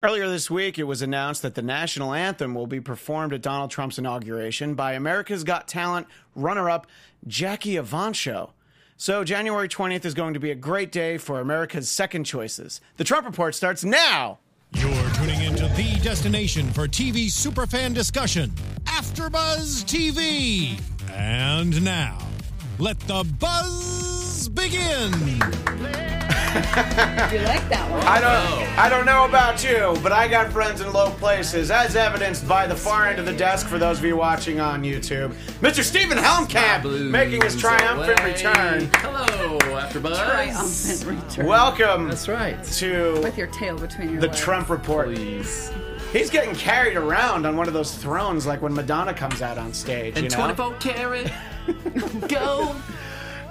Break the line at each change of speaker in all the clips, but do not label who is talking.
Earlier this week, it was announced that the national anthem will be performed at Donald Trump's inauguration by America's Got Talent runner up Jackie Avancho. So, January 20th is going to be a great day for America's second choices. The Trump Report starts now.
You're tuning into the destination for TV superfan discussion, AfterBuzz TV. And now, let the buzz begin.
You like that one?
I don't, I don't know about you, but I got friends in low places, as evidenced by the far end of the desk for those of you watching on YouTube. Mr. Stephen Helmkamp making his triumphant
away.
return.
Hello, AfterBuzz.
Triumphant return.
Welcome
That's right.
to
With your tail between your
the
legs.
Trump Report.
Please.
He's getting carried around on one of those thrones, like when Madonna comes out on stage.
And
you know?
24 karat gold.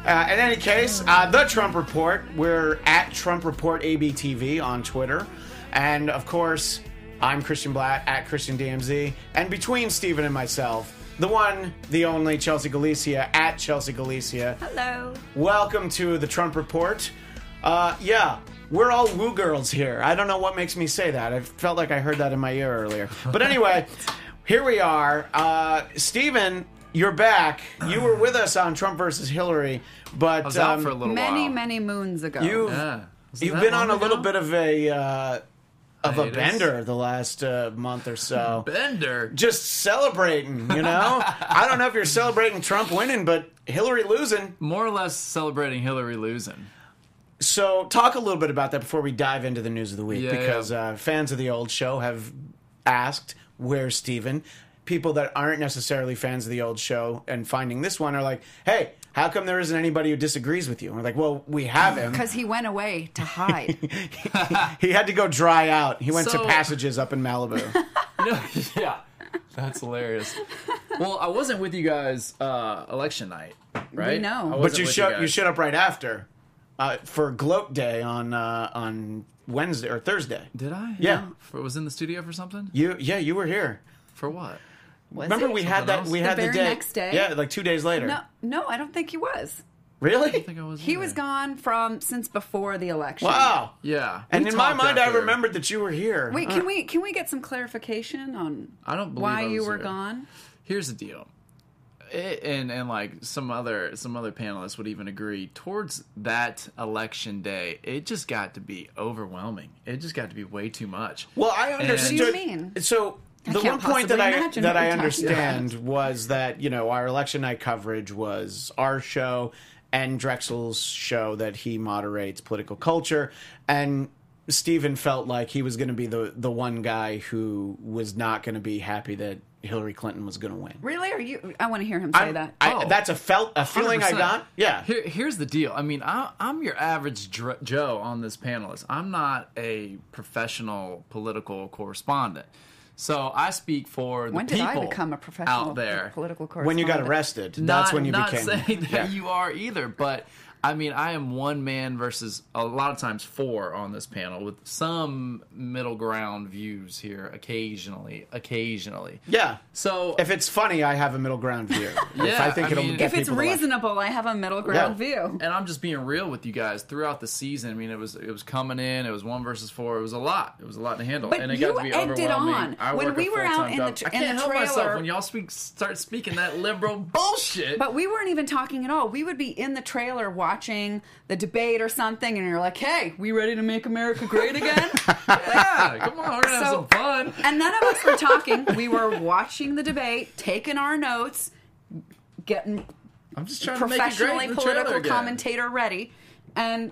Uh, in any case, uh, the Trump Report. We're at Trump Report ABTV on Twitter, and of course, I'm Christian Blatt at Christian DMZ, and between Steven and myself, the one, the only Chelsea Galicia at Chelsea Galicia.
Hello.
Welcome to the Trump Report. Uh, yeah, we're all woo girls here. I don't know what makes me say that. I felt like I heard that in my ear earlier. But anyway, here we are. Uh, Steven, you're back. You were with us on Trump versus Hillary, but
I was out
um,
for a little
Many,
while.
many moons ago.
you've,
Yeah. Was it
you've
that
been on a
long
little
ago?
bit of a uh, of a
Hiatus.
bender the last uh, month or so.
Bender.
Just celebrating, you know. I don't know if you're celebrating Trump winning, but Hillary losing.
More or less celebrating Hillary losing.
So, talk a little bit about that before we dive into the news of the week,
Yeah,
because
yeah.
Uh, fans of the old show have asked, "Where's Steven? People that aren't necessarily fans of the old show and finding this one are like, "Hey, how come there isn't anybody who disagrees with you?" And we're like, "Well, we have him.
Because he went away to hide.
He had to go dry out. He went to
So-
passages up in Malibu."
No, yeah. That's hilarious. Well, I wasn't with you guys uh, election night, right?
We know.
I wasn't
but you
with
showed you,
guys.
showed up right after uh, for Gloat Day on uh, on Wednesday or Thursday.
Did I?
Yeah.
For, was in the studio for something?
You yeah, you were here.
For what?
Was
Remember
he?
we had
Something
that
else?
we
The
had the
very
day
next day?
Yeah, like two days later.
No, no, I don't think he was.
Really?
I think I was.
He
either.
was gone from since before the election.
Wow.
Yeah.
And
We
in my
talked
mind, I
after.
remembered that you were here.
Wait, can we can we get some clarification on
I don't believe
why
I was
you were
here.
gone?
here's the deal it, and and like some other some other panelists would even agree towards that election day it just got to be overwhelming it just got to be way too much
Well, I understood.
What
do you mean?
So the
can't
one point that
possibly
I
imagine
that
what
I
you're talking about.
understand was that you know our election night coverage was our show and Drexel's show that he moderates, political culture, and Stephen felt like he was going to be the the one guy who was not going to be happy that Hillary Clinton was going to win.
Really? Are you? I want to hear him say
I'm-
that.
I-
Oh.
That's a felt a feeling I
100%.
got. Yeah.
Here, here's the deal. I mean, I, I'm your average dr- Joe on this panelist. I'm not a professional political correspondent, so I speak for the
when did I
people
become a professional
out there.
political correspondent?
when you got arrested, that's
not,
when you
not
became.
saying that
Yeah.
you are either, but I mean, I am one man versus a lot of times four on this panel with some middle ground views here occasionally, occasionally.
yeah.
Oh.
So
If it's funny, I have a middle ground view. if
Yeah,
I think
I
it'll
mean-
get
If it's
people to laugh.
reasonable, I have a middle ground view.
and I'm just being real with you guys throughout the season. I mean, it was it was coming in. It was one versus four. It was a lot. It was a lot to handle.
But
and it
you
got to be
egged it
overwhelming.
on.
I
When
work
we
a
were
full-time
out in the
job.
tr-
I
in the
can't help myself
trailer-
when y'all speak start speaking that liberal bullshit.
But we weren't even talking at all. We would be in the trailer watching the debate or something, and you're like, "Hey, we ready to make America great again?"
yeah, come on, we're gonna have
So-
some fun.
and none of us were talking. We were watching the debate, taking our notes, getting
I'm just trying to make it great
professionally
in the
political
trailer again.
commentator ready, and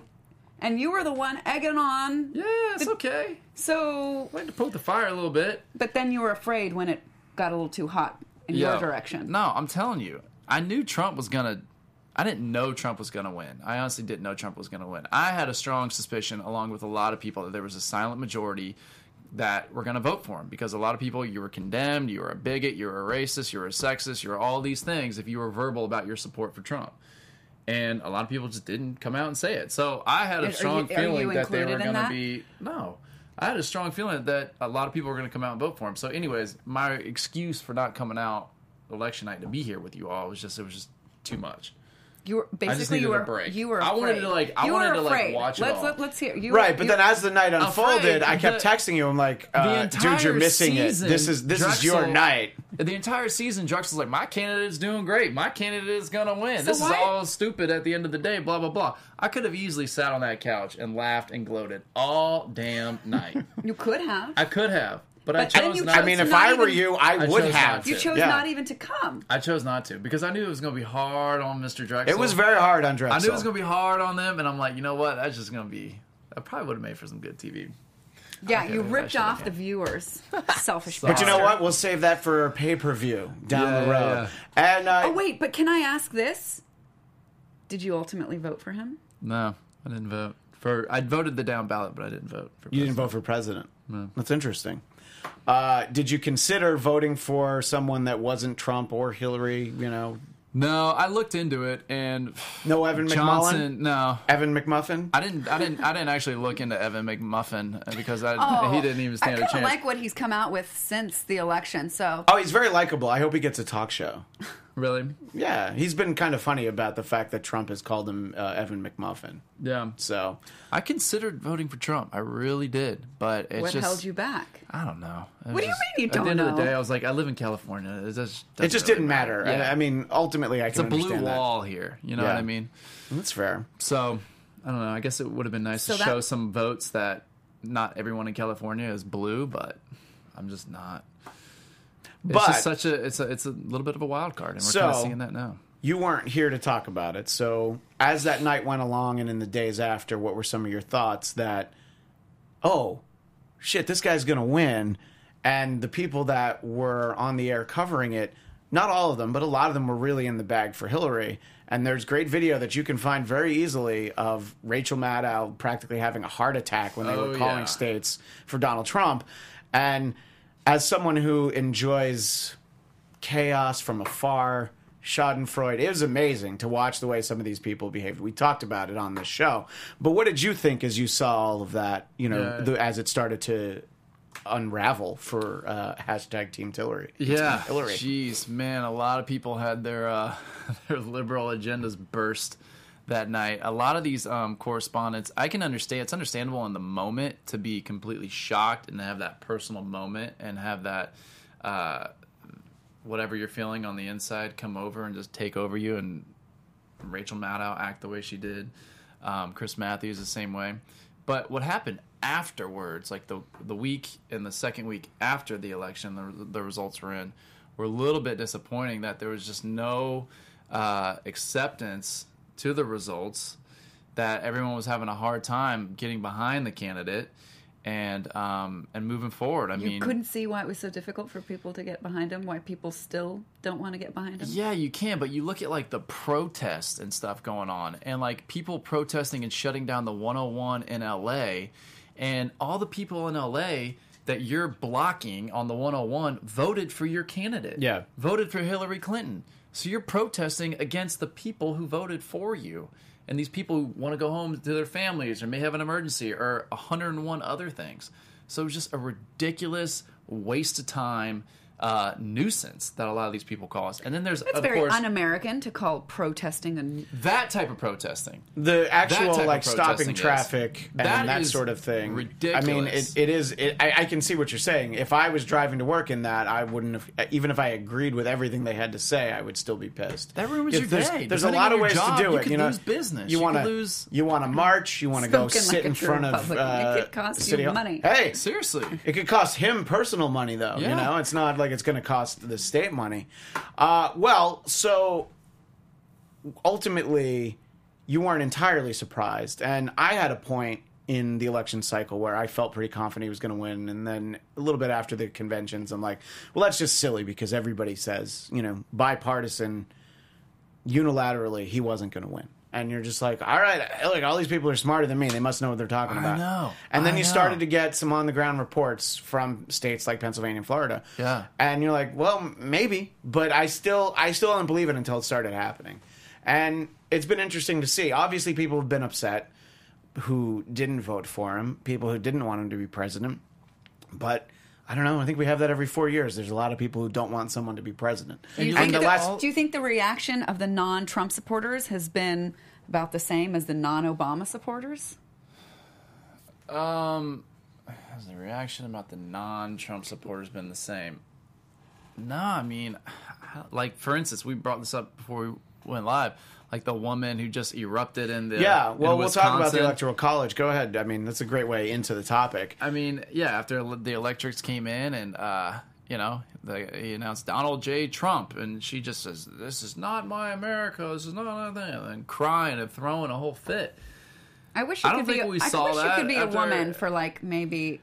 and you were the one egging on.
Yeah, it's okay.
So,
I had to poke the fire a little bit.
but then you were afraid when it got a little too hot in
Yo,
your direction.
No, I'm telling you, I knew Trump was gonna. I didn't know Trump was gonna win. I honestly didn't know Trump was gonna win. I had a strong suspicion, along with a lot of people, that there was a silent majority that were gonna vote for him because a lot of people you were condemned, you were a bigot, you were a racist, you were a sexist, you were all these things if you were verbal about your support for Trump. And a lot of people just didn't come out and say it. So I had
Are
a
you-
strong
are you
feeling that they
included
were
in
going to
that?
be no. I had a strong feeling that a lot of people were going to come out and vote for him. So, anyways, my excuse for not coming out election night to be here with you all was just it was just too much.
You were basically you
needed
were
a break.
You were.
I
Afraid.
wanted to, like- I
you were
wanted to, like,
afraid.
watch it
Let's
all.
Let, let's hear. You
Right,
were-
but
you- Oh,
then as the night unfolded, I kept
the-
texting you. I'm like, uh, dude, you're missing it. This is this is your night.
The entire season, Drexel's like, my candidate is doing great. My candidate is gonna win. this is
why-
all stupid. At the end of the day, blah blah blah. I could have easily sat on that couch and laughed and gloated all damn night.
you could have.
I could have, but, I
But then
chose
you
not.
chose
to.
I mean, if
not
I were
even-
you, I,
I
would
chose
have.
not to.
you chose
yeah.
not even to come.
I chose not to because I knew it was gonna be hard on Mr. Drexel.
It was very hard on
I
Drexel.
knew it was gonna be hard on them, and I'm like, you know what? That's just gonna be. That probably would have made for some good TV.
Yeah,
Okay,
you
maybe I
ripped
should've
off
done.
the viewers. Selfish.
But
But you know
Sorry.
what? We'll save that for a pay per view down
Yeah,
the road. And uh,
Oh wait, but can I ask this? Did you ultimately vote for him?
No, I didn't vote for. I voted the down ballot, but I didn't vote for.
you didn't vote for president. That's interesting. Uh, did you consider voting for someone that wasn't Trump or Hillary? You know,
No, I looked into it, and
no Evan McMullen,
Johnson. No,
Evan McMuffin.
I didn't. I didn't. I didn't actually look into Evan McMuffin uh, because I,
Oh,
he didn't even
I
stand a
kinda
chance.
like what he's come out with since the election. So
Oh, he's very likable. I hope he gets a talk show.
really?
Yeah, he's been kind of funny about the fact that Trump has called him uh, Evan McMuffin.
Yeah.
So
I considered voting for Trump. I really did, but it's
what
just.
held you back?
I don't know. It
What do you
was
mean you
At
don't
the end of the
know?
day, I was like, I live in California. It just
it just didn't matter. I, I mean, ultimately, I
it's a
can
blue
understand
wall here. You know
Yeah.
what I mean?
that. That's fair.
So I don't know. I guess it would have been nice
So
to
that-
show some votes that not everyone in California is blue, but I'm just not. It's
But-
just such a it's a it's a little bit of a wild card, and we're
So-
kind of seeing that now.
You weren't here to talk about it. So, as that night went along and in the days after, what were some of your thoughts that, oh, shit, this guy's going to win? And the people that were on the air covering it, not all of them, but a lot of them were really in the bag for Hillary. And there's great video that you can find very easily of Rachel Maddow practically having a heart attack when they
Oh,
were
yeah.
calling states for Donald Trump. And as someone who enjoys chaos from afar, Schadenfreude. It was amazing to watch the way some of these people behaved. We talked about it on this show. But what did you think as you saw all of that, you know,
Yeah.
the, as it started to unravel for uh, hashtag Team Hillary?
Yeah,
Hillary.
Jeez, man, a lot of people had their uh, their liberal agendas burst that night. A lot of these um, correspondents, I can understand. It's understandable in the moment to be completely shocked and have that personal moment and have that uh, whatever you're feeling on the inside come over and just take over you. And Rachel Maddow act the way she did. Um, Chris Matthews the same way. But what happened afterwards, like the the week and the second week after the election, the, the results were in, were a little bit disappointing that there was just no uh, acceptance to the results. That everyone was having a hard time getting behind the candidate and um, and moving forward. I
You
mean,
couldn't see why it was so difficult for people to get behind him. Why people still don't want to get behind him.
Yeah, you can, but you look at like the protests and stuff going on, and like people protesting and shutting down the 101 in LA, and all the people in LA that you're blocking on the 101 voted for your candidate.
Yeah.
Voted for Hillary Clinton. So you're protesting against the people who voted for you. And these people want to go home to their families or may have an emergency or 101 other things. So it was just a ridiculous waste of time uh, nuisance that a lot of these people caused. And then there's,
It's
of
very
course,
un-American to call protesting and
that type of protesting.
The actual
type of
like
protesting
stopping
is-
traffic and
that
that,
is
sort of thing. I mean, it,
ridiculous.
it is. It, I, I can see what you're saying. If I was driving to work in that, I wouldn't have. Even if I agreed with everything they had to say, I would still be pissed.
That ruins
If
your
there's,
day.
There's a
Depending
lot
on
of
your
ways
job,
to do
you
it.
could
you know,
lose business.
You
You could
want to
lose-
You want to march. You want to go
Spoken
sit
like a
in
true
front of.
Republican. It
uh,
could cost you
City Hall.
money.
Hey,
Seriously.
it could cost him personal money, though. You
Yeah.
know, it's not like it's going to cost the state money. Uh, well, so ultimately, you weren't entirely surprised. And I had a point in the election cycle where I felt pretty confident he was going to win. And then a little bit after the conventions, I'm like, well, that's just silly because everybody says, you know, bipartisan, unilaterally, he wasn't going to win. And you're just like, all right, look, all these people are smarter than me. They must know what they're talking about.
know.
And then
I
you
know.
started to get some on the ground reports from states like Pennsylvania and Florida.
Yeah.
And you're like, well, m- maybe, but I still I still don't believe it until it started happening. And it's been interesting to see. Obviously, people have been upset who didn't vote for him, people who didn't want him to be president. But I don't know. I think we have that every four years. There's a lot of people who don't want someone to be president.
And you
And
look
the
at
last,
all-
Do you think the reaction of the non-Trump supporters has been about the same as the non-Obama supporters?
Has the reaction about the non-Trump supporters been the same? No, I mean, like for instance, we brought this up before we went live. Like the woman who just erupted in the
yeah.
in
Well, we'll talk about the
Wisconsin.
electoral college. Go ahead. I mean, that's a great way into the topic.
I mean, yeah, after el- the electrics came in and, uh, you know, the, he announced Donald J. Trump, and she just says, This is not my America. This is not my thing. And crying and throwing a whole fit.
I wish you
I don't
could be.
think we
I
saw
wish you
that
could be
after-
a woman for like maybe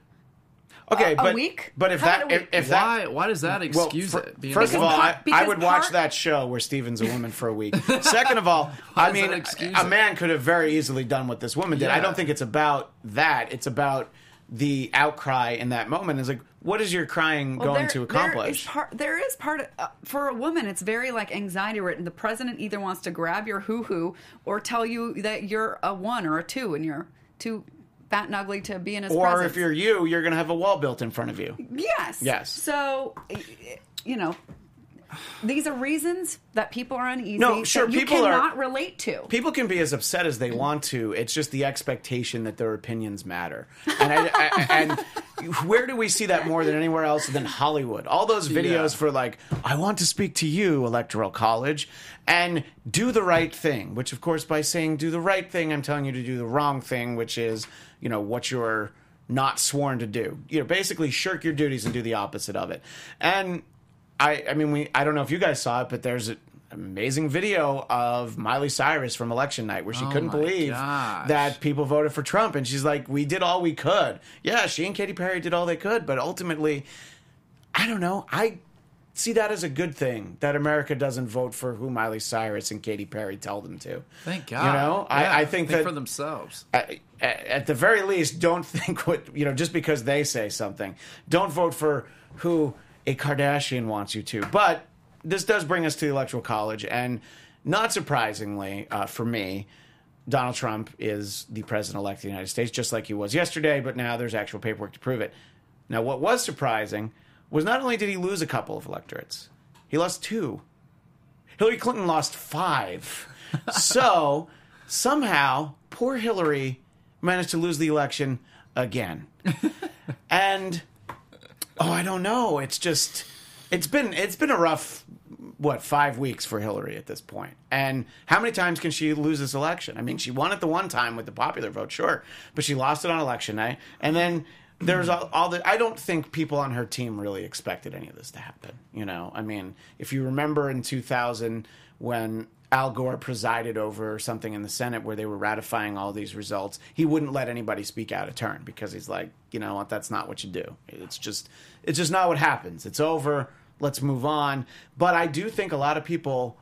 Okay,
A- a
but
week?
but if
How about
that
a
if,
week?
if that
Why Why does that
Well,
excuse
fir-
it? being
first
a
of all,
woman?
I,
part- because
I would watch
part-
that show where Steven's a woman for a week. Second of all, I
does that
mean,
excuse
a
it?
man could have very easily done what this woman did. I
Yeah.
don't think it's about that. It's about the outcry in that moment. It's like, what is your crying
Well,
going
there-
to
There is
accomplish?
part, there is part of- uh, for a woman. It's very like anxiety ridden. The president either wants to grab your hoo hoo or tell you that you're a one or a two and you're too fat and ugly to be in his
or
presence.
if you're you, you're going to have a wall built in front of you.
yes
Yes.
So y- y- you know. These are reasons that people are uneasy.
No, sure,
that you
people are-
cannot relate to.
People can be as upset as they want to. It's just the expectation that their opinions matter. And, I, I, and where do we see that more than anywhere else than Hollywood? All those videos
Yeah.
for like, I want to speak to you, Electoral College, and do the right thing. Which, of course, by saying do the right thing, I'm telling you to do the wrong thing, which is, you know, what you're not sworn to do. You know, basically shirk your duties and do the opposite of it. And I, I mean, we. I don't know if you guys saw it, but there's an amazing video of Miley Cyrus from election night where she couldn't
Oh my
believe
gosh.
that people voted for Trump, and she's like, "We did all we could." Yeah, she and Katy Perry did all they could, but ultimately, I don't know. I see that as a good thing that America doesn't vote for who Miley Cyrus and Katy Perry tell them to.
Thank God.
You know,
Yeah,
I, I think that
for themselves.
at, at the very least, don't think what you know just because they say something. Don't vote for who a Kardashian wants you to. But this does bring us to the Electoral College, and not surprisingly uh, for me, Donald Trump is the president-elect of the United States, just like he was yesterday. But now there's actual paperwork to prove it. Now, what was surprising was not only did he lose a couple of electorates, he lost two. Hillary Clinton lost five. so somehow, poor Hillary managed to lose the election again. and oh, I don't know. It's just it's been it's been a rough what five weeks for Hillary at this point. And how many times can she lose this election? I mean, she won it the one time with the popular vote, sure, but she lost it on election night, and then. There's all, all the. I don't think people on her team really expected any of this to happen. You know, I mean, if you remember in 2000 when Al Gore presided over something in the Senate where they were ratifying all these results, he wouldn't let anybody speak out of turn because he's like, you know what, that's not what you do. It's just it's just not what happens. It's over. Let's move on. But I do think a lot of people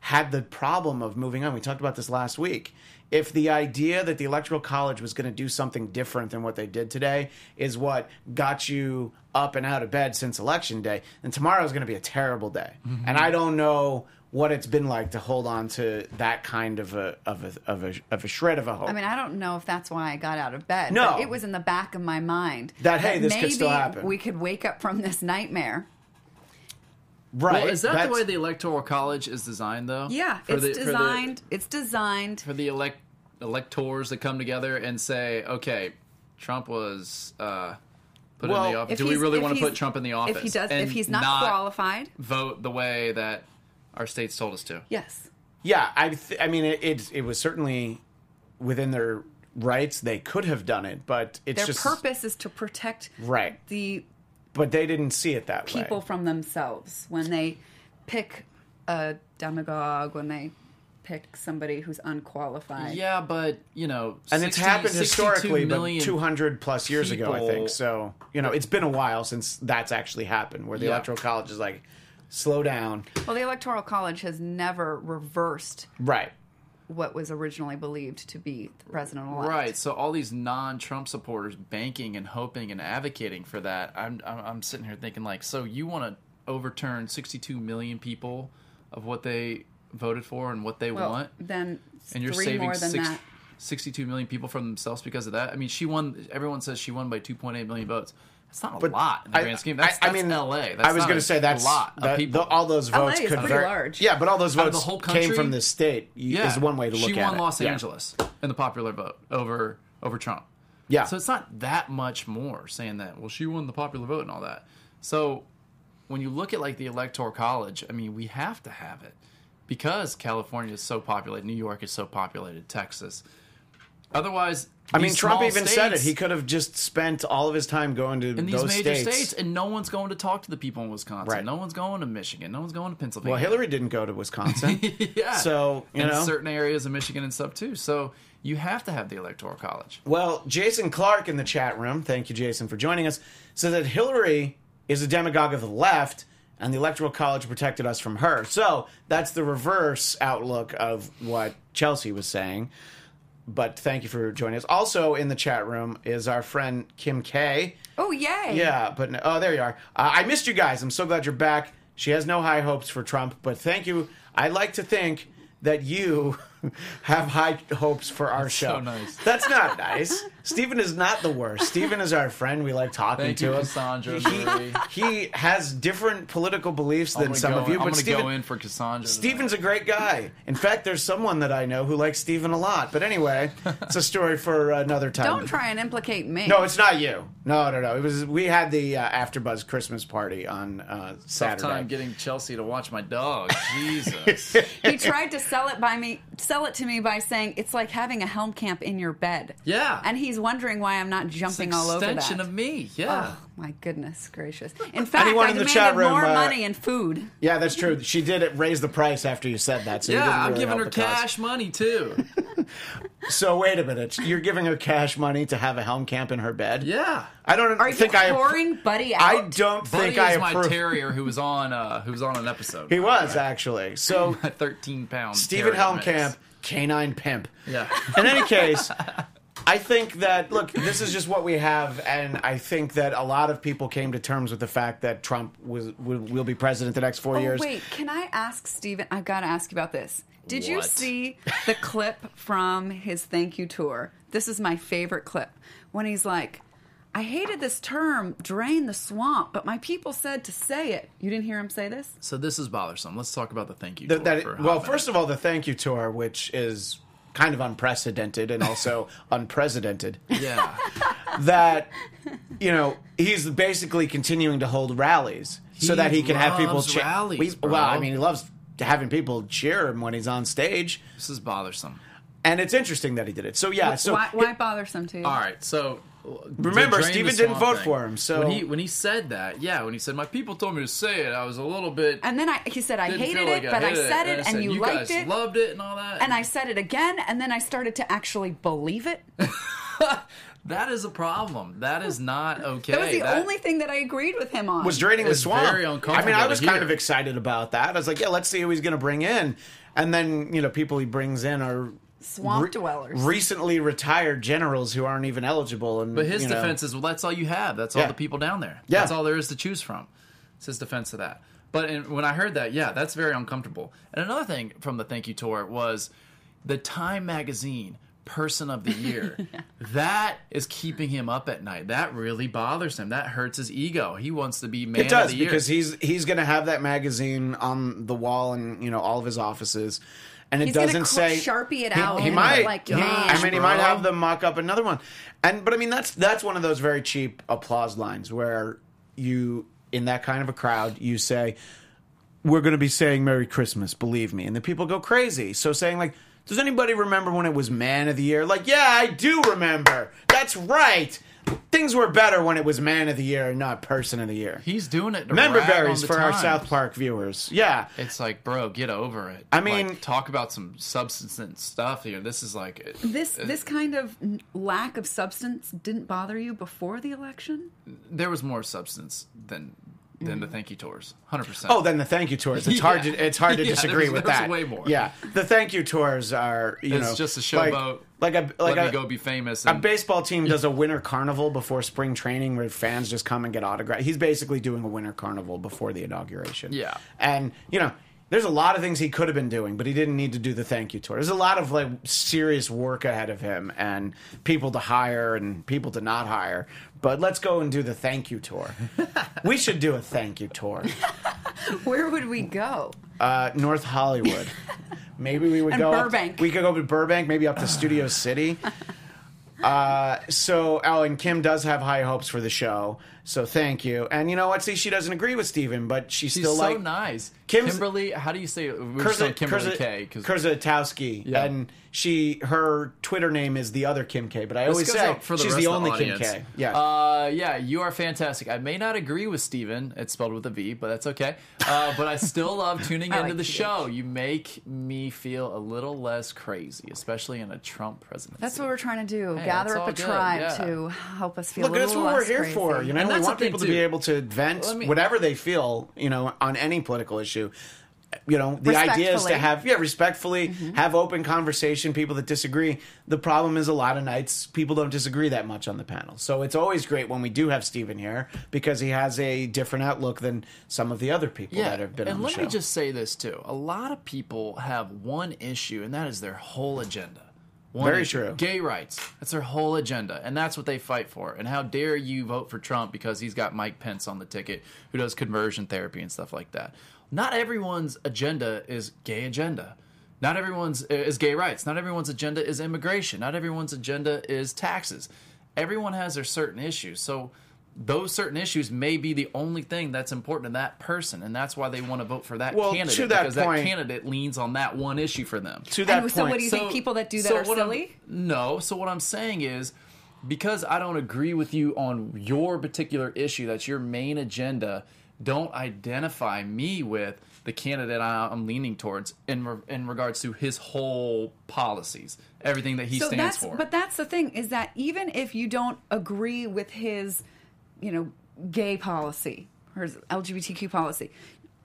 had the problem of moving on. We talked about this last week. If the idea that the Electoral College was going to do something different than what they did today is what got you up and out of bed since election day, then tomorrow is going to be a terrible day.
Mm-hmm.
And I don't know what it's been like to hold on to that kind of a of a of a, of a shred of a hope.
I mean, I don't know if that's why I got out of bed.
No.
but it was in the back of my mind
That, hey, this could still
maybe
happen.
We could wake up from this nightmare.
right?
Well, is that
That's-
the way the Electoral College is designed, though?
Yeah,
For
it's
the- for the-
designed. it's designed.
for the elect electors that come together and say, okay, Trump was uh, put
Well,
in the office.
If
Do we
he's-
really
if
want to
he's-
put Trump in the office?
If he does,
and
if he's not, qualified,
vote the way that our states told us to.
yes.
Yeah, I th- I mean it, it it was certainly within their rights. They could have done it, but it's
Their
just
purpose is to protect
right.
the
But they didn't see it that way.
people from themselves when they pick a demagogue, when they pick somebody who's unqualified.
Yeah, but you know,
and it's
60
happened
62
historically, but
million-
200 plus years ago, I
people-
think. So, you know, it's been a while since that's actually happened, where the
Yeah.
Electoral College is like, slow down.
Well, the Electoral College has never reversed
Right.
what was originally believed to be the president-elect.
Right, so all these non-Trump supporters banking and hoping and advocating for that. I'm I'm, I'm sitting here thinking like, so you want to overturn 62 million people of what they voted for and what they
Well,
want?
Then
and you're
three
saving
more than
six,
that.
62 million people from themselves because of that. I mean, she won. Everyone says she won by 2.8 million votes. It's not a
But
lot in the
I-
grand scheme. That's,
I- I
that's
mean,
L.A. That's
I was
not
going
a
to say that's
lot of
that-
people.
the- all those
LA
votes
is
could
pretty
very-
large.
Yeah, but all those
Out of
votes
the whole
came
country?
from this state. y-
yeah,
Is one way to look
she
at it.
won Los
Yeah.
Angeles in the popular vote over over Trump.
Yeah.
So it's not that much more saying that. Well, she won the popular vote and all that. So when you look at like the electoral college, I mean, we have to have it because California is so populated, New York is so populated, Texas. Otherwise,
I mean,
these
Trump
small
even said it.
states
He could have just spent all of his time going to
in these
those
major
states.
states. and no one's going to talk to the people in Wisconsin.
Right.
No one's going to Michigan. No one's going to Pennsylvania.
Well, Hillary didn't go to Wisconsin.
yeah.
So, you
in
know.
certain areas of Michigan and stuff too. So you have to have the electoral college.
Well, Jason Clark in the chat room, thank you, Jason, for joining us, says that Hillary is a demagogue of the left and the Electoral College protected us from her. So that's the reverse outlook of what Chelsea was saying. But thank you for joining us. Also in the chat room is our friend Kim K.
Oh yay!
Yeah, but no, oh, there you are. Uh, I missed you guys. I'm so glad you're back. She has no high hopes for Trump, but thank you. I like to think that you have high hopes for our show.
nice.
That's not nice. Stephen is not the worst. Stephen is our friend. We like talking
Thank
to
you,
him.
Cassandra,
He,
Marie.
he has different political beliefs
I'm
than
gonna
some
go
of
in-
you,
I'm
but
gonna
Stephen,
go in for Cassandra.
Steven's a great guy. In fact, there's someone that I know who likes Stephen a lot. But anyway, it's a story for another time.
Don't try and implicate me.
No, it's not you. No, no, no. It was we had the uh, AfterBuzz Christmas party on uh,
tough
Saturday.
time getting Chelsea to watch my dog. Jesus.
he tried to sell it by me, sell it to me by saying it's like having a helm camp in your bed.
Yeah.
and he's wondering why I'm not jumping
An
all over that.
extension of me. Yeah.
Oh my goodness gracious! In fact,
Anyone
I
in the
demanded
chat room,
more
uh,
money and food.
yeah, that's true. She did it raise the price after you said that. So you
yeah,
didn't
I'm
really
giving
help
her
the cause.
cash money too.
So wait a minute, you're giving her cash money to have a helm camp in her bed?
Yeah.
I don't
Are
think
you
I.
pouring Buddy out?
I don't
Buddy
think I
is my
approve.
terrier who was on uh, who was on an episode.
he was actually so.
a 13 pound.
Stephen
terrier mix.
Helmkamp, canine pimp.
Yeah.
In any case, I think that look, this is just what we have, and I think that a lot of people came to terms with the fact that Trump was will, will be president the next four
Oh,
years.
wait, can I ask Steven? I've got to ask you about this. Did you
What?
see the clip from his thank you tour? This is my favorite clip when he's like, I hated this term, drain the swamp, but my people said to say it. You didn't hear him say this?
So this is bothersome. Let's talk about the thank you.
That- that-
for a hot
well,
minute.
first of all, the thank you tour, which is kind of unprecedented and also unprecedented.
yeah.
that you know he's basically continuing to hold rallies so that he can have people
loves
cheer.
rallies,
We-
bro.
well, I mean, he loves having people cheer him when he's on stage,
This is bothersome.
and it's interesting that he did it. So yeah, Uh, so
why, why bothersome to you?
All right, so
Remember,
to drain
Steven
the
didn't
swamp
vote for him, so-
when he when he said that, yeah, when he said my people told me to say it, I was a little bit.
And then I, he said, I
didn't
hated
feel like
it, but I
hated
said
Then
it,
I
and
said,
you, liked
guys
it.
loved it, and all that.
and I said it again, and then I started to actually believe it.
that is a problem. That is not okay.
That was the only thing that I agreed with him on.
was draining the
It's
swamp.
very uncomfortable
I mean, I
to
was kind
hear.
of excited about that. I was like, yeah, let's see who he's going to bring in, and then you know, people he brings in are.
Swamp dwellers.
recently retired generals who aren't even eligible, and
But his
you know,
defense is, well, that's all you have. That's
Yeah.
all the people down there.
Yeah.
That's all there is to choose from. It's his defense of that. But in, when I heard that, yeah, that's very uncomfortable. And another thing from the thank you tour was the Time Magazine Person of the Year. That is keeping him up at night. That really bothers him. That hurts his ego. He wants to be man
It does
of the year.
because he's he's going to have that magazine on the wall and you know all of his offices, and it
He's gonna
doesn't
cl-
say
Sharpie it
He,
out
he
and,
might.
like,
yeah.
man.
I mean, he
bro.
might have them mock up another one, and but I mean that's that's one of those very cheap applause lines where you in that kind of a crowd you say we're going to be saying Merry Christmas, believe me, and the people go crazy. So saying like. Does anybody remember when it was Man of the Year? Like, yeah, I do remember. That's right. Things were better when it was Man of the Year and not Person of the Year.
he's doing it to
Member
rag on
berries
the
for our
Times.
South Park viewers. Yeah.
It's like, bro, get over it.
I mean-
Like, talk about some substance and stuff here. This is like
This this kind of n- lack of substance didn't bother you before the election?
there was more substance than than the thank you tours. Hundred percent.
Mm. Oh, then the thank you tours. It's hard
Yeah.
to it's hard to
Yeah,
disagree
there's-
with
there's
that.
way more.
Yeah, the thank you tours are you
It's
know
just a
like-
showboat.
Like, a like
let
a,
me go be famous.
a
And
baseball team does a winter carnival before spring training where fans just come and get autographs. He's basically doing a winter carnival before the inauguration.
Yeah.
and you know There's a lot of things he could have been doing, but he didn't need to do the thank you tour. There's a lot of like serious work ahead of him and people to hire and people to not hire. But let's go and do the thank you tour. we should do a thank you tour.
Where would we go?
Uh, North Hollywood. Maybe we would
And
go up-
Burbank.
we could go to Burbank, maybe up to Studio City. Uh, so, oh, and Kim does have high hopes for the show. So, thank you. And you know what? See, she doesn't agree with Steven, but she's,
She's
still
so
like
nice.
Kim's-
Kimberly, how do you say it? We're just
Kurza,
on Kimberly
Kurza-
K. 'cause-
Kurzatowski,
Yeah.
and she her Twitter name is the other Kim K. But I always
This goes
say
out
she's
rest
the
of
only Kim
audience.
K. Yeah,
Uh, yeah, you are fantastic. I may not agree with Steven. It's spelled with a V, but that's okay. Uh, but I still love tuning
I
into
like
the
TH.
show. You make me feel a little less crazy, especially in a Trump presidency.
That's what we're trying to do.
Hey,
Gather
that's
up a
all good,
tribe
yeah.
to help us feel
look,
a little
that's what we're
less
here
crazy.
for. You know,
And
we
that's
want
the thing,
people to be
too.
able to vent
Let me-
whatever they feel. You know, on any political issue. You know, the idea is
Respectfully.
to have yeah, respectfully
Mm-hmm.
have open conversation. People that disagree. The problem is a lot of nights people don't disagree that much on the panel. So it's always great when we do have Steven here because he has a different outlook than some of the other people that have been
and
on the
let
show.
me just say this too: a lot of people have one issue, and that is their whole agenda. One
Very
issue.
true.
Gay rights. That's their whole agenda, and that's what they fight for. And how dare you vote for Trump because he's got Mike Pence on the ticket, who does conversion therapy and stuff like that. Not everyone's agenda is gay agenda. Not everyone's uh, is gay rights. Not everyone's agenda is immigration. Not everyone's agenda is taxes. Everyone has their certain issues. So those certain issues may be the only thing that's important to that person, and that's why they want to vote for that
Well,
candidate
to that
because
point-
that candidate leans on that one issue for them.
to that
And
point,
so what do you think people that do that are
what I'm-
silly?
No. So what I'm saying is because I don't agree with you on your particular issue, that's your main agenda, don't identify me with the candidate I- I'm leaning towards in re- in regards to his whole policies, everything that he
so
stands
that's
for.
but that's the thing is that even if you don't agree with his you know gay policy or his lgbtq policy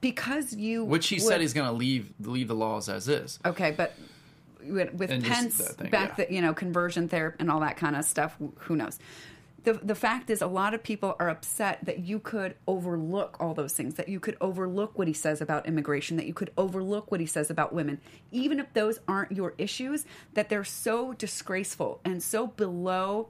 because you
which he
would-
said he's going to leave leave the laws as is.
okay but with, with
And just
pence
that thing,
back
yeah.
the you know conversion therapy and all that kind of stuff wh- who knows the, the fact is a lot of people are upset that you could overlook all those things that you could overlook what he says about immigration that you could overlook what he says about women even if those aren't your issues that they're so disgraceful and so below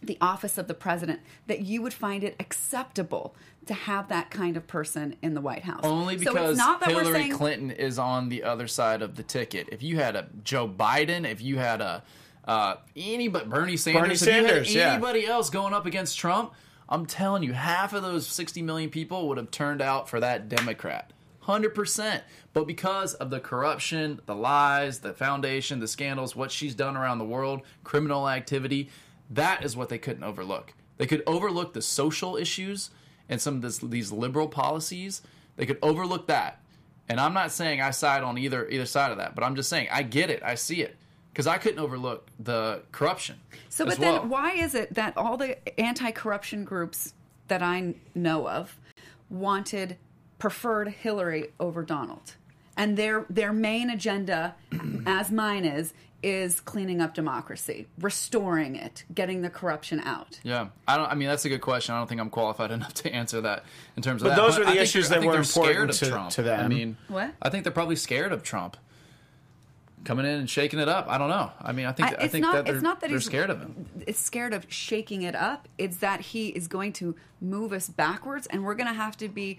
the office of the president that you would find it acceptable to have that kind of person in the White House.
Only
So it's
because
not that we're
Hillary
saying-
Clinton is on the other side of the ticket. If you had a Joe Biden, if you had a uh, any but Bernie Sanders,
Bernie
if you had
Sanders, yeah.
anybody else going up against Trump, I'm telling you, half of those 60 million people would have turned out for that Democrat. 100%. But because of the corruption, the lies, the foundation, the scandals, what she's done around the world, criminal activity, that is what they couldn't overlook. They could overlook the social issues and some of this, these liberal policies. They could overlook that. And I'm not saying I side on either either side of that, but I'm just saying I get it. I see it. Because I couldn't overlook the corruption.
So,
as
but then
well.
why is it that all the anti corruption groups that I kn- know of wanted, preferred Hillary over Donald? And their, their main agenda, as mine is, is cleaning up democracy, restoring it, getting the corruption out.
Yeah, I don't. I mean, that's a good question. I don't think I'm qualified enough to answer that in terms of.
But
that.
those were the
I think
issues
they're- I
that
think
were
they're scared
important
of
to-
Trump.
to them.
I mean,
What?
I think they're probably scared of Trump coming in and shaking it up. I don't know. I mean, I think
I-
I,
it's
think
not-
that they're,
it's not that
they're
he's-
scared of him.
It's scared of shaking it up. It's that he is going to move us backwards, and we're going to have to be,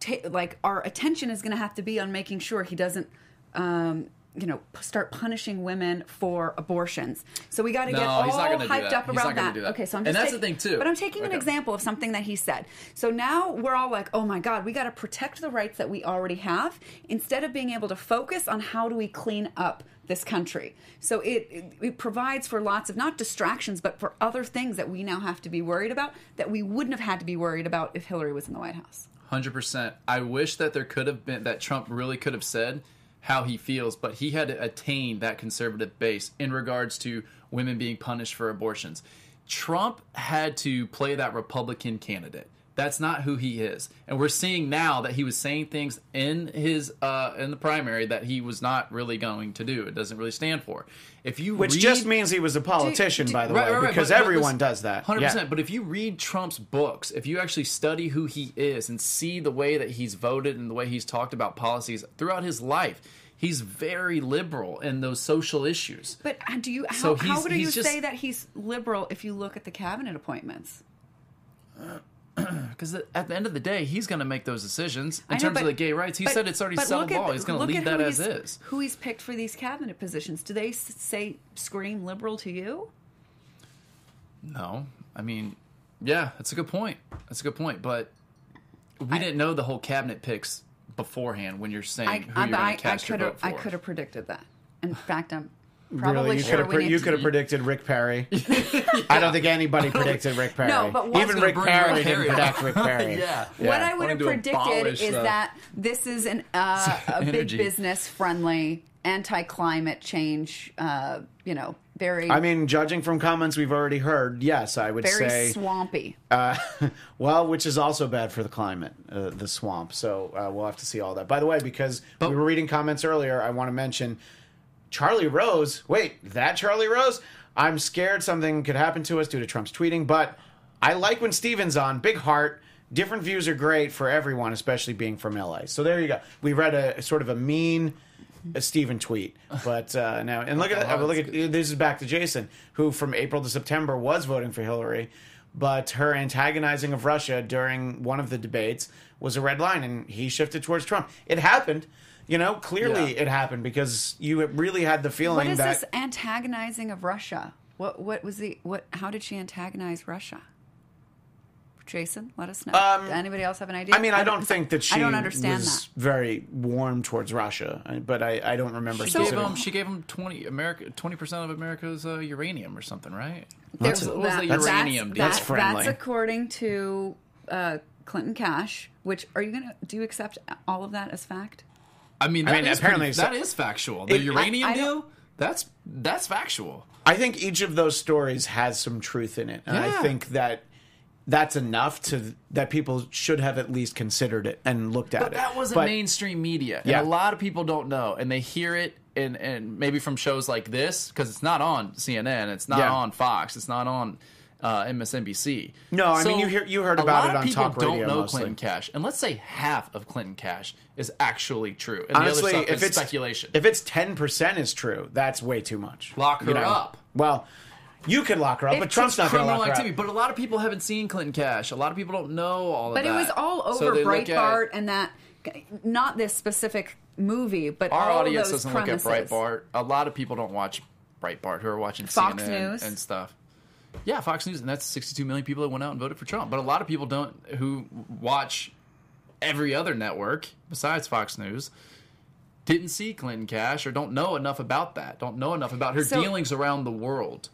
ta- like, our attention is going to have to be on making sure he doesn't, um, you know, p- start punishing women for abortions. So we got to get
No,
all
he's not gonna do
hyped
that.
up
He's
around
not gonna
that.
do that.
Okay, so I'm
And
just
that's the
taking-
thing, too.
But I'm taking an
Okay.
example of something that he said. So now we're all like, oh my God, we got to protect the rights that we already have instead of being able to focus on how do we clean up this country. So it, it, it provides for lots of not distractions, but for other things that we now have to be worried about that we wouldn't have had to be worried about if Hillary was in the White House.
Hundred percent. I wish that there could have been that Trump really could have said how he feels, but he had to attain that conservative base in regards to women being punished for abortions. Trump had to play that Republican candidate. That's not who he is. And we're seeing now that he was saying things in his uh, in the primary that he was not really going to do. It doesn't really stand for. If you
Which
read,
just means he was a politician,
do-
by the
right,
way,
right, right,
because
but- but
everyone
listen,
does that.
Hundred
Yeah.
percent. But if you read Trump's books, if you actually study who he is and see the way that he's voted and the way he's talked about policies throughout his life, he's very liberal in those social issues.
But uh, do you? How,
So
how
he's-
would
he's
you
just-
say that he's liberal if you look at the cabinet appointments?
Because at the end of the day, he's going to make those decisions in
I know,
terms
but-
of the gay rights. He
but-
said it's already
but
settled
look at
law.
the-
He's going to
look
leave
at
that
who
as
he's-
is.
Who he's picked for these cabinet positions? Do they s- say scream liberal to you?
No, I mean, yeah, that's a good point. That's a good point. But we didn't know the whole cabinet picks beforehand when you're saying
I,
who
I,
you're
I,
going to
I
cast your
could
vote
have
for.
I could have predicted that. In fact, I'm probably
Really, you
sure
could
we
have
need
you
to-
could have predicted Rick Perry. I don't think anybody predicted Rick Perry.
No, but what's
even
gonna
Rick
bring
Perry
Rick
didn't
Perry
predict
up?
Rick Perry.
Yeah.
What I would
Wanted
have
to
predicted
abolish
is
the-
that this is an uh, a big
Energy.
business friendly, anti climate change. Uh, you know, very
I mean, judging from comments we've already heard, yes, I would
very
say.
swampy.
Uh, well, which is also bad for the climate, uh, the swamp. So uh, we'll have to see all that. By the way, because we were reading comments earlier, I want to mention Charlie Rose. Wait, that Charlie Rose? I'm scared something could happen to us due to Trump's tweeting, but I like when Steven's on. Big heart. Different views are great for everyone, especially being from LA. So there you go. We read a sort of a mean a Steven tweet, but uh, now and look at that. Look at this is back to Jason, who from April to September was voting for Hillary, but her antagonizing of Russia during one of the debates was a red line, and he shifted towards Trump. It happened, you know. Clearly,
Yeah.
it happened because you really had the
What
feeling
is
that
this antagonizing of Russia? What what was the what? How did she antagonize Russia? Jason, let us know.
Um,
Anybody else have an idea?
I mean, I don't think that she
I don't understand
was
that.
very warm towards Russia, I- but I, I don't remember
She gave
specific.
him. She gave him twenty America, twenty percent of America's uh, uranium or something, right?
There's
What was the
that-
uranium deal?
That's
that-
friendly.
That's according to uh, Clinton Cash. Which are you going to do? You accept all of that as fact?
I mean,
mean,
that is
apparently
pretty-
so-
that is factual. The
It- I-
uranium
I don't-
deal. That's that's factual.
I think each of those stories has some truth in it, and I
Yeah.
think that that's enough to that people should have at least considered it and looked at
But
it.
that wasn't
But-
mainstream media. And
Yeah.
a lot of people don't know, and they hear it, and and maybe from shows like this because it's not on CNN, it's not
Yeah.
on Fox, it's not on uh, MSNBC.
No, I mean, you hear- you heard
a
about
lot
it
of
on
people
talk
don't
radio
know
mostly.
Clinton Cash, and let's say half of Clinton Cash is actually true, and
Honestly,
the other
if
stuff is
it's
speculation.
if it's ten percent is true, that's way too much.
Lock
You
her
know?
up.
Well, you could lock her up, but
It's
Trump's not going to
criminal
lock her
activity,
up.
but a lot of people haven't seen Clinton Cash. A lot of people don't know all
But
of
it
that.
was all
So
over
they look at-
Breitbart and that, not this specific movie, but
our
all
audience
of those
doesn't
premises.
look at Breitbart. A lot of people don't watch Breitbart who are watching
Fox
CNN
News.
and stuff. Yeah, Fox News, and that's 62 million people that went out and voted for Trump. But a lot of people don't who watch every other network besides Fox News didn't see Clinton Cash or don't know enough about that. Don't know enough about her
So-
dealings around the world,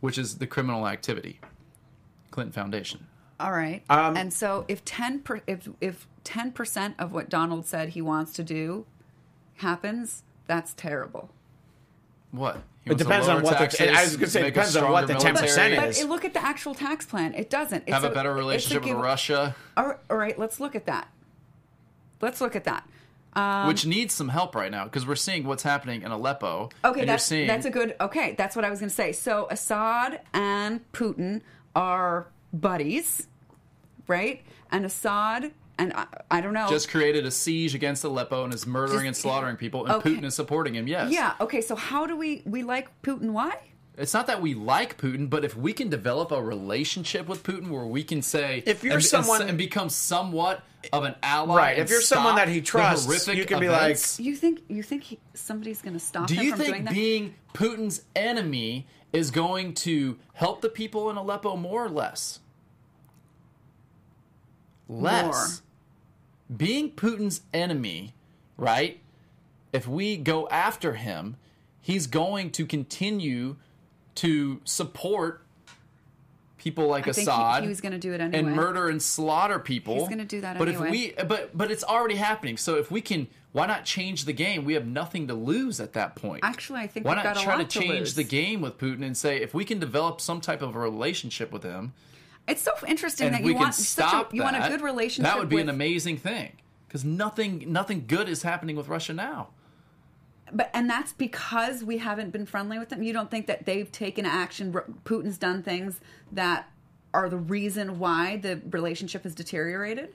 which is the criminal activity. Clinton Foundation.
All right.
Um,
and so if ten per, if if ten percent of what Donald said he wants to do happens, that's terrible.
What? He
It
wants to
depends on
lower
what the-
taxes,
I was gonna say, it
make a
depends on what
stronger
the 10%
military,
But it- look at the actual tax plan. It doesn't. It's
Have a better
it's
relationship with
give-
Russia.
All right, all right, let's look at that. Let's look at that. Um,
which needs some help right now because we're seeing what's happening in Aleppo.
Okay,
and
that's
you're seeing
that's a good. Okay, that's what I was going to say. So Assad and Putin are buddies, right? And Assad and I, I don't know.
just created a siege against Aleppo and is murdering
Just-
and slaughtering people, and
okay.
Putin is supporting him. Yes,
yeah. Okay, so how do we we like Putin? Why?
It's not that we like Putin, but if we can develop a relationship with Putin where we can say
If you're
and, and
someone-
s- and, become somewhat of an ally,
Right, if
and
you're someone
stop
that he
the
trusts,
horrific
you can be
events,
You think you think he, somebody's going to stop
Do
him
you
from doing
think
that?
being Putin's enemy is going to help the people in Aleppo more or less? Less. Being Putin's enemy, right? If we go after him, he's going to continue to support people like
I think he-
Assad
he, was going to do it
and
anyway.
murder and slaughter people.
He's gonna do that
but
anyway.
if we, but but it's already happening. So if we can, why not change the game? We have nothing to lose at that point.
Actually, I think
why
we've
not
got a
try
lot
to
to
change
lose.
the game with Putin and say if we can develop some type of a relationship with him,
It's so interesting
and
that
if we
you
can
want such
stop
a, you
that,
want a good relationship.
That would be
with,
an amazing thing because nothing nothing good is happening with Russia now.
But and that's because we haven't been friendly with them. You don't think that they've taken action? R- Putin's done things that are the reason why the relationship has deteriorated.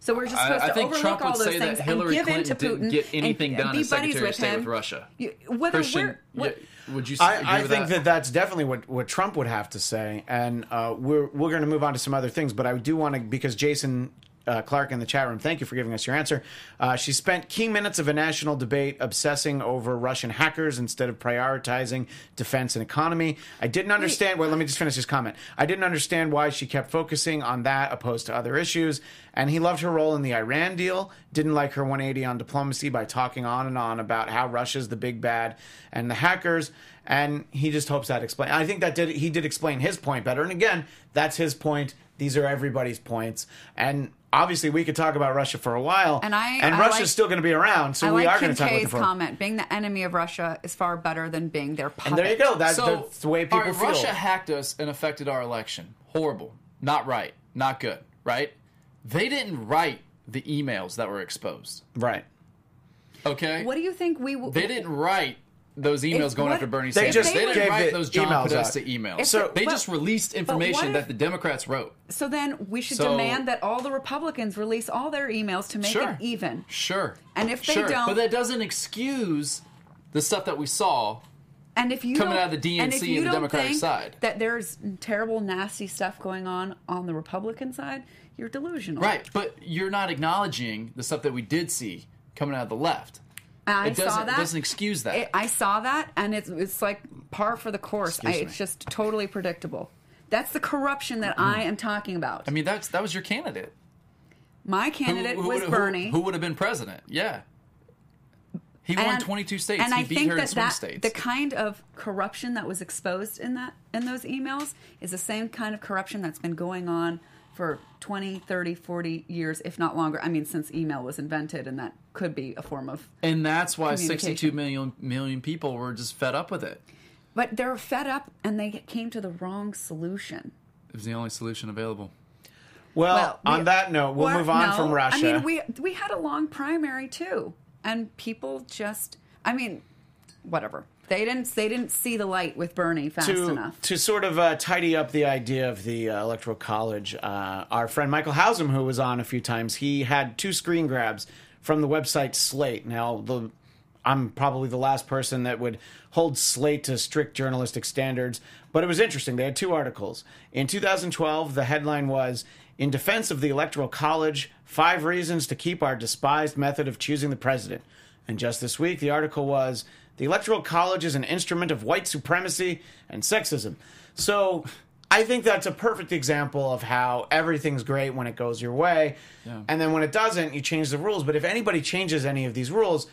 So we're just
I-
supposed
I
to
think
overlook
Trump would
all those
say that
things and
Hillary
give in to
Clinton
Putin
didn't get anything
and,
done
and be
as Secretary
buddies
of
with
State
him.
with Russia.
You- whether
Christian,
we're what,
yeah, would you? agree
I, I
with
think that that's definitely what, what Trump would have to say, and uh, we're we're going to move on to some other things. But I do want to because Jason uh, Clark in the chat room, thank you for giving us your answer. Uh, she spent key minutes of a national debate obsessing over Russian hackers instead of prioritizing defense and economy. I didn't understand. Well, let me just finish this comment. I didn't understand why she kept focusing on that opposed to other issues. And he loved her role in the Iran deal. Didn't like her 180 on diplomacy by talking on and on about how Russia's the big bad and the hackers and he just hopes that explain. I think that did he did explain his point better. And again, that's his point. These are everybody's points. And obviously, we could talk about Russia for a while.
And I-
and
I
Russia's
like-
still going to be around, so
I
we
like
are going
Kim
to talk about
K's
it for.
comment. Being the enemy of Russia is far better than being their puppet.
And there you go. That's,
so
that's the way people
all right,
feel.
Russia hacked us and affected our election. Horrible. Not right. Not good. Right? They didn't write the emails that were exposed.
right.
Okay.
What do you think we? w-
they didn't write those emails
If-
going
what-
after Bernie
They
Sanders.
just
they didn't
gave
write
the
those John
emails out.
Podesta emails.
If So-
they
but-
just released
but what
information
if-
that the Democrats wrote.
So then we should
So-
demand that all the Republicans release all their emails to make
Sure.
it even.
Sure.
And if they
Sure.
don't-
but that doesn't excuse the stuff that we saw.
And if you
Coming
don't-
out of the
and if
DNC
you
and the
don't
Democratic
think
side.
that there's terrible, nasty stuff going on on the Republican side, you're delusional.
Right. But you're not acknowledging the stuff that we did see coming out of the left.
And I
it doesn't,
saw that.
doesn't excuse that.
It- I saw that, and it's it's like par for the course. I,
Excuse me. Mm-hmm.
it's just totally predictable. That's the corruption that I am talking about.
I mean, that's that was your candidate.
My candidate was
would've-
Bernie.
Who, would have been president? Yeah. He won
And-
22 states.
And
he
I
beat
think
her in
that,
swing
that
states.
the kind of corruption that was exposed in that in those emails is the same kind of corruption that's been going on for 20, 30, 40 years, if not longer. I mean, since email was invented, and that could be a form of.
and that's why 62
Communication.
million million people were just fed up with it.
But they're fed up, and they came to the wrong solution.
It was the only solution available.
Well,
we-
on that note, we'll
Or-
move on
no,
from Russia.
I mean, we we had a long primary too, and people just, I mean, whatever. They didn't they didn't see the light with Bernie fast
to,
enough.
To sort of uh, tidy up the idea of the uh, Electoral College, uh, our friend Michael Hausum, who was on a few times, he had two screen grabs from the website Slate. Now, the I'm probably the last person that would hold Slate to strict journalistic standards, but it was interesting. They had two articles. In 2012, the headline was In Defense of the Electoral College, Five Reasons to Keep Our Despised Method of Choosing the President. And just this week, the article was The Electoral College is an instrument of white supremacy and sexism. So I think that's a perfect example of how everything's great when it goes your way. And then when it doesn't, you change the rules. But if anybody changes any of these rules,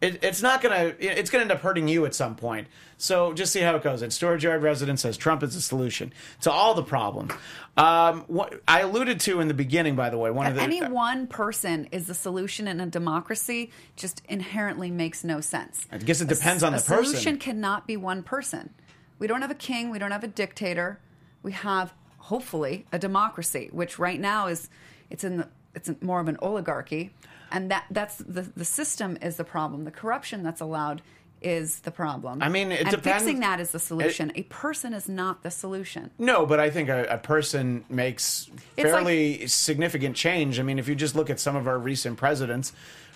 it, it's not gonna. It's gonna end up hurting you at some point. So just see how it goes. And storage yard resident says Trump is the solution to all the problems. Um, what I alluded to in the beginning, by the way, one of the
any one person is the solution in a democracy just inherently makes no sense.
I guess it depends on the
a solution
person.
cannot be one person. We don't have a king, we don't have a dictator. We have hopefully a democracy, which right now is it's in the, it's more of an oligarchy, and that that's the the system is the problem. The corruption that's allowed is the problem.
I mean, it
and
depends-
fixing that is the solution. a person is not the solution.
No, but I think a, a person makes
It's
fairly significant change. I mean, if you just look at some of our recent presidents,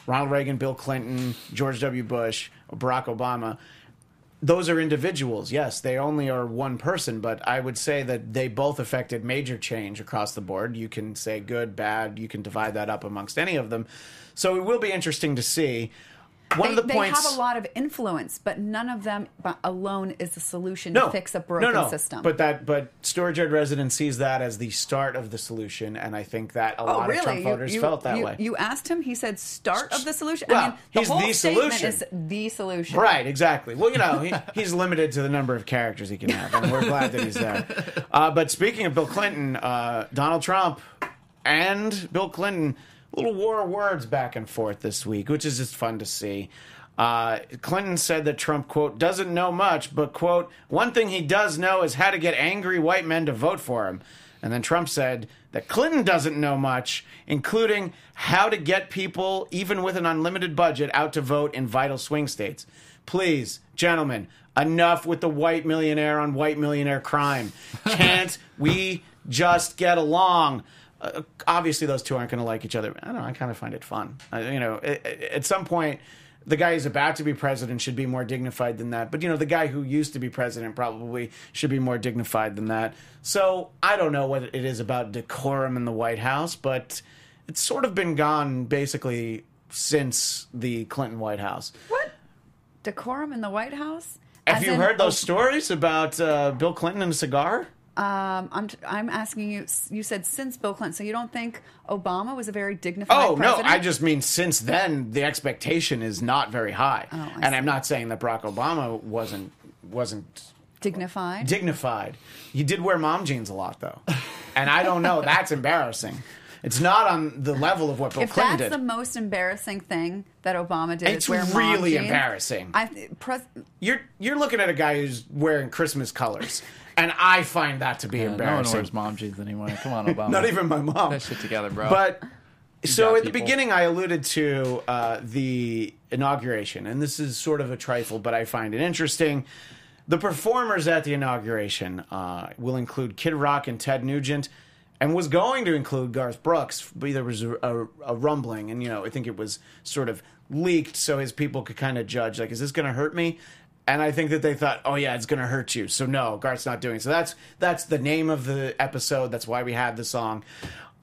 Ronald Reagan, Bill Clinton, George W. Bush, Barack Obama, those are individuals. Yes, they only are one person, but I would say that they both affected major change across the board. You can say good, bad, you can divide that up amongst any of them. So it will be interesting to see. One of
they,
the
they
points
have a lot of influence, but none of them b- alone is the solution to fix a broken system.
But that, but storage yard resident sees that as the start of the solution, and I think that a lot of Trump voters felt that
Oh, you,
way.
you asked him. He said, "Start of the solution." I
Well,
mean, the
he's
whole
the
statement
solution.
is the solution.
Right, exactly. Well, you know, he, he's limited to the number of characters he can have, and we're glad that he's there. Uh, but speaking of Bill Clinton, uh, Donald Trump and Bill Clinton, little war of words back and forth this week, which is just fun to see. Uh, Clinton said that Trump, quote, doesn't know much, but, quote, one thing he does know is how to get angry white men to vote for him. And then Trump said that Clinton doesn't know much, including how to get people, even with an unlimited budget, out to vote in vital swing states. Please, gentlemen, enough with the white millionaire on white millionaire crime. Can't we just get along? Uh, obviously, those two aren't going to like each other. I don't know. I kind of find it fun. I, you know, a- a- at some point, the guy who's about to be president should be more dignified than that. But you know, the guy who used to be president probably should be more dignified than that. So I don't know what it is about decorum in the White House, but it's sort of been gone basically since the Clinton White House.
What? Decorum in the White House?
Have
As
you
in-
heard those stories about uh, Bill Clinton and a cigar?
Um, I'm, I'm asking you, you said since Bill Clinton, so you don't think Obama was a very dignified
Oh
president?
no, I just mean since then the expectation is not very high,
Oh, I
and I'm
see.
not saying that Barack Obama wasn't wasn't
Dignified?
dignified. He did wear mom jeans a lot though, and I don't know. That's embarrassing. It's not on the level of what Bill
if
Clinton
that's
did.
the most embarrassing thing that Obama did,
It's
is wear mom
really
jeans,
embarrassing.
I th- pres-
you're you're looking at a guy who's wearing Christmas colors, and I find that to be
Yeah, no one
embarrassing.
wears mom jeans anymore. Come on, Obama.
not even my mom.
that shit together, bro.
But so
got
at the
people.
beginning, I alluded to uh, the inauguration, and this is sort of a trifle, but I find it interesting. The performers at the inauguration uh, will include Kid Rock and Ted Nugent, and was going to include Garth Brooks, but there was a, a, a rumbling, and you know I think it was sort of leaked, so his people could kind of judge like, is this going to hurt me? And I think that they thought, oh yeah, it's gonna hurt you. So no, Garth's not doing. it. So that's that's the name of the episode. That's why we have the song.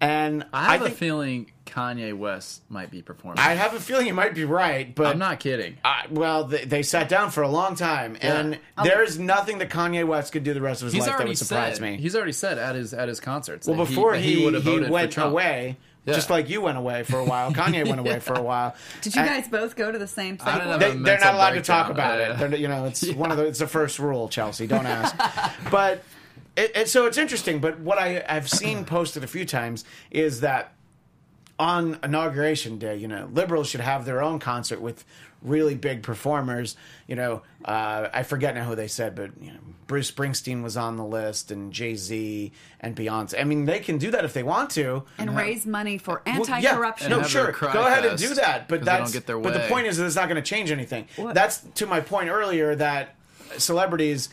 And
I have
think,
a feeling Kanye West might be performing.
I have a feeling you might be right, but
I'm not kidding.
I, well, they, they sat down for a long time, and there is nothing that Kanye West could do the rest of his
He's
life that
already
would surprise
said.
me.
He's already said at his at his concerts.
well,
that
before
that
he he,
would've voted for
went
Trump.
away,
Yeah.
just like you went away for a while. Kanye went away for a while.
did you
And
guys both go to the same
I
site?
don't have
They,
a
they're
mental
not allowed to talk
breakdown.
about
Yeah.
it. They're, you know, it's one of the it's the first rule, Chelsea. Don't ask. but it, it, so it's interesting. But what I have seen posted a few times is that on inauguration day, you know, liberals should have their own concert with really big performers. You know, uh, I forget now who they said, but you know, Bruce Springsteen was on the list, and Jay Z and Beyonce. I mean, they can do that if they want to.
and raise money for
Well, yeah,
anti-corruption.
no,
have
sure.
their cry
Go ahead and
fest
do that, but
'cause they
that's
don't get their
but the
way.
point is that it's not going to change anything.
What?
That's to my point earlier that celebrities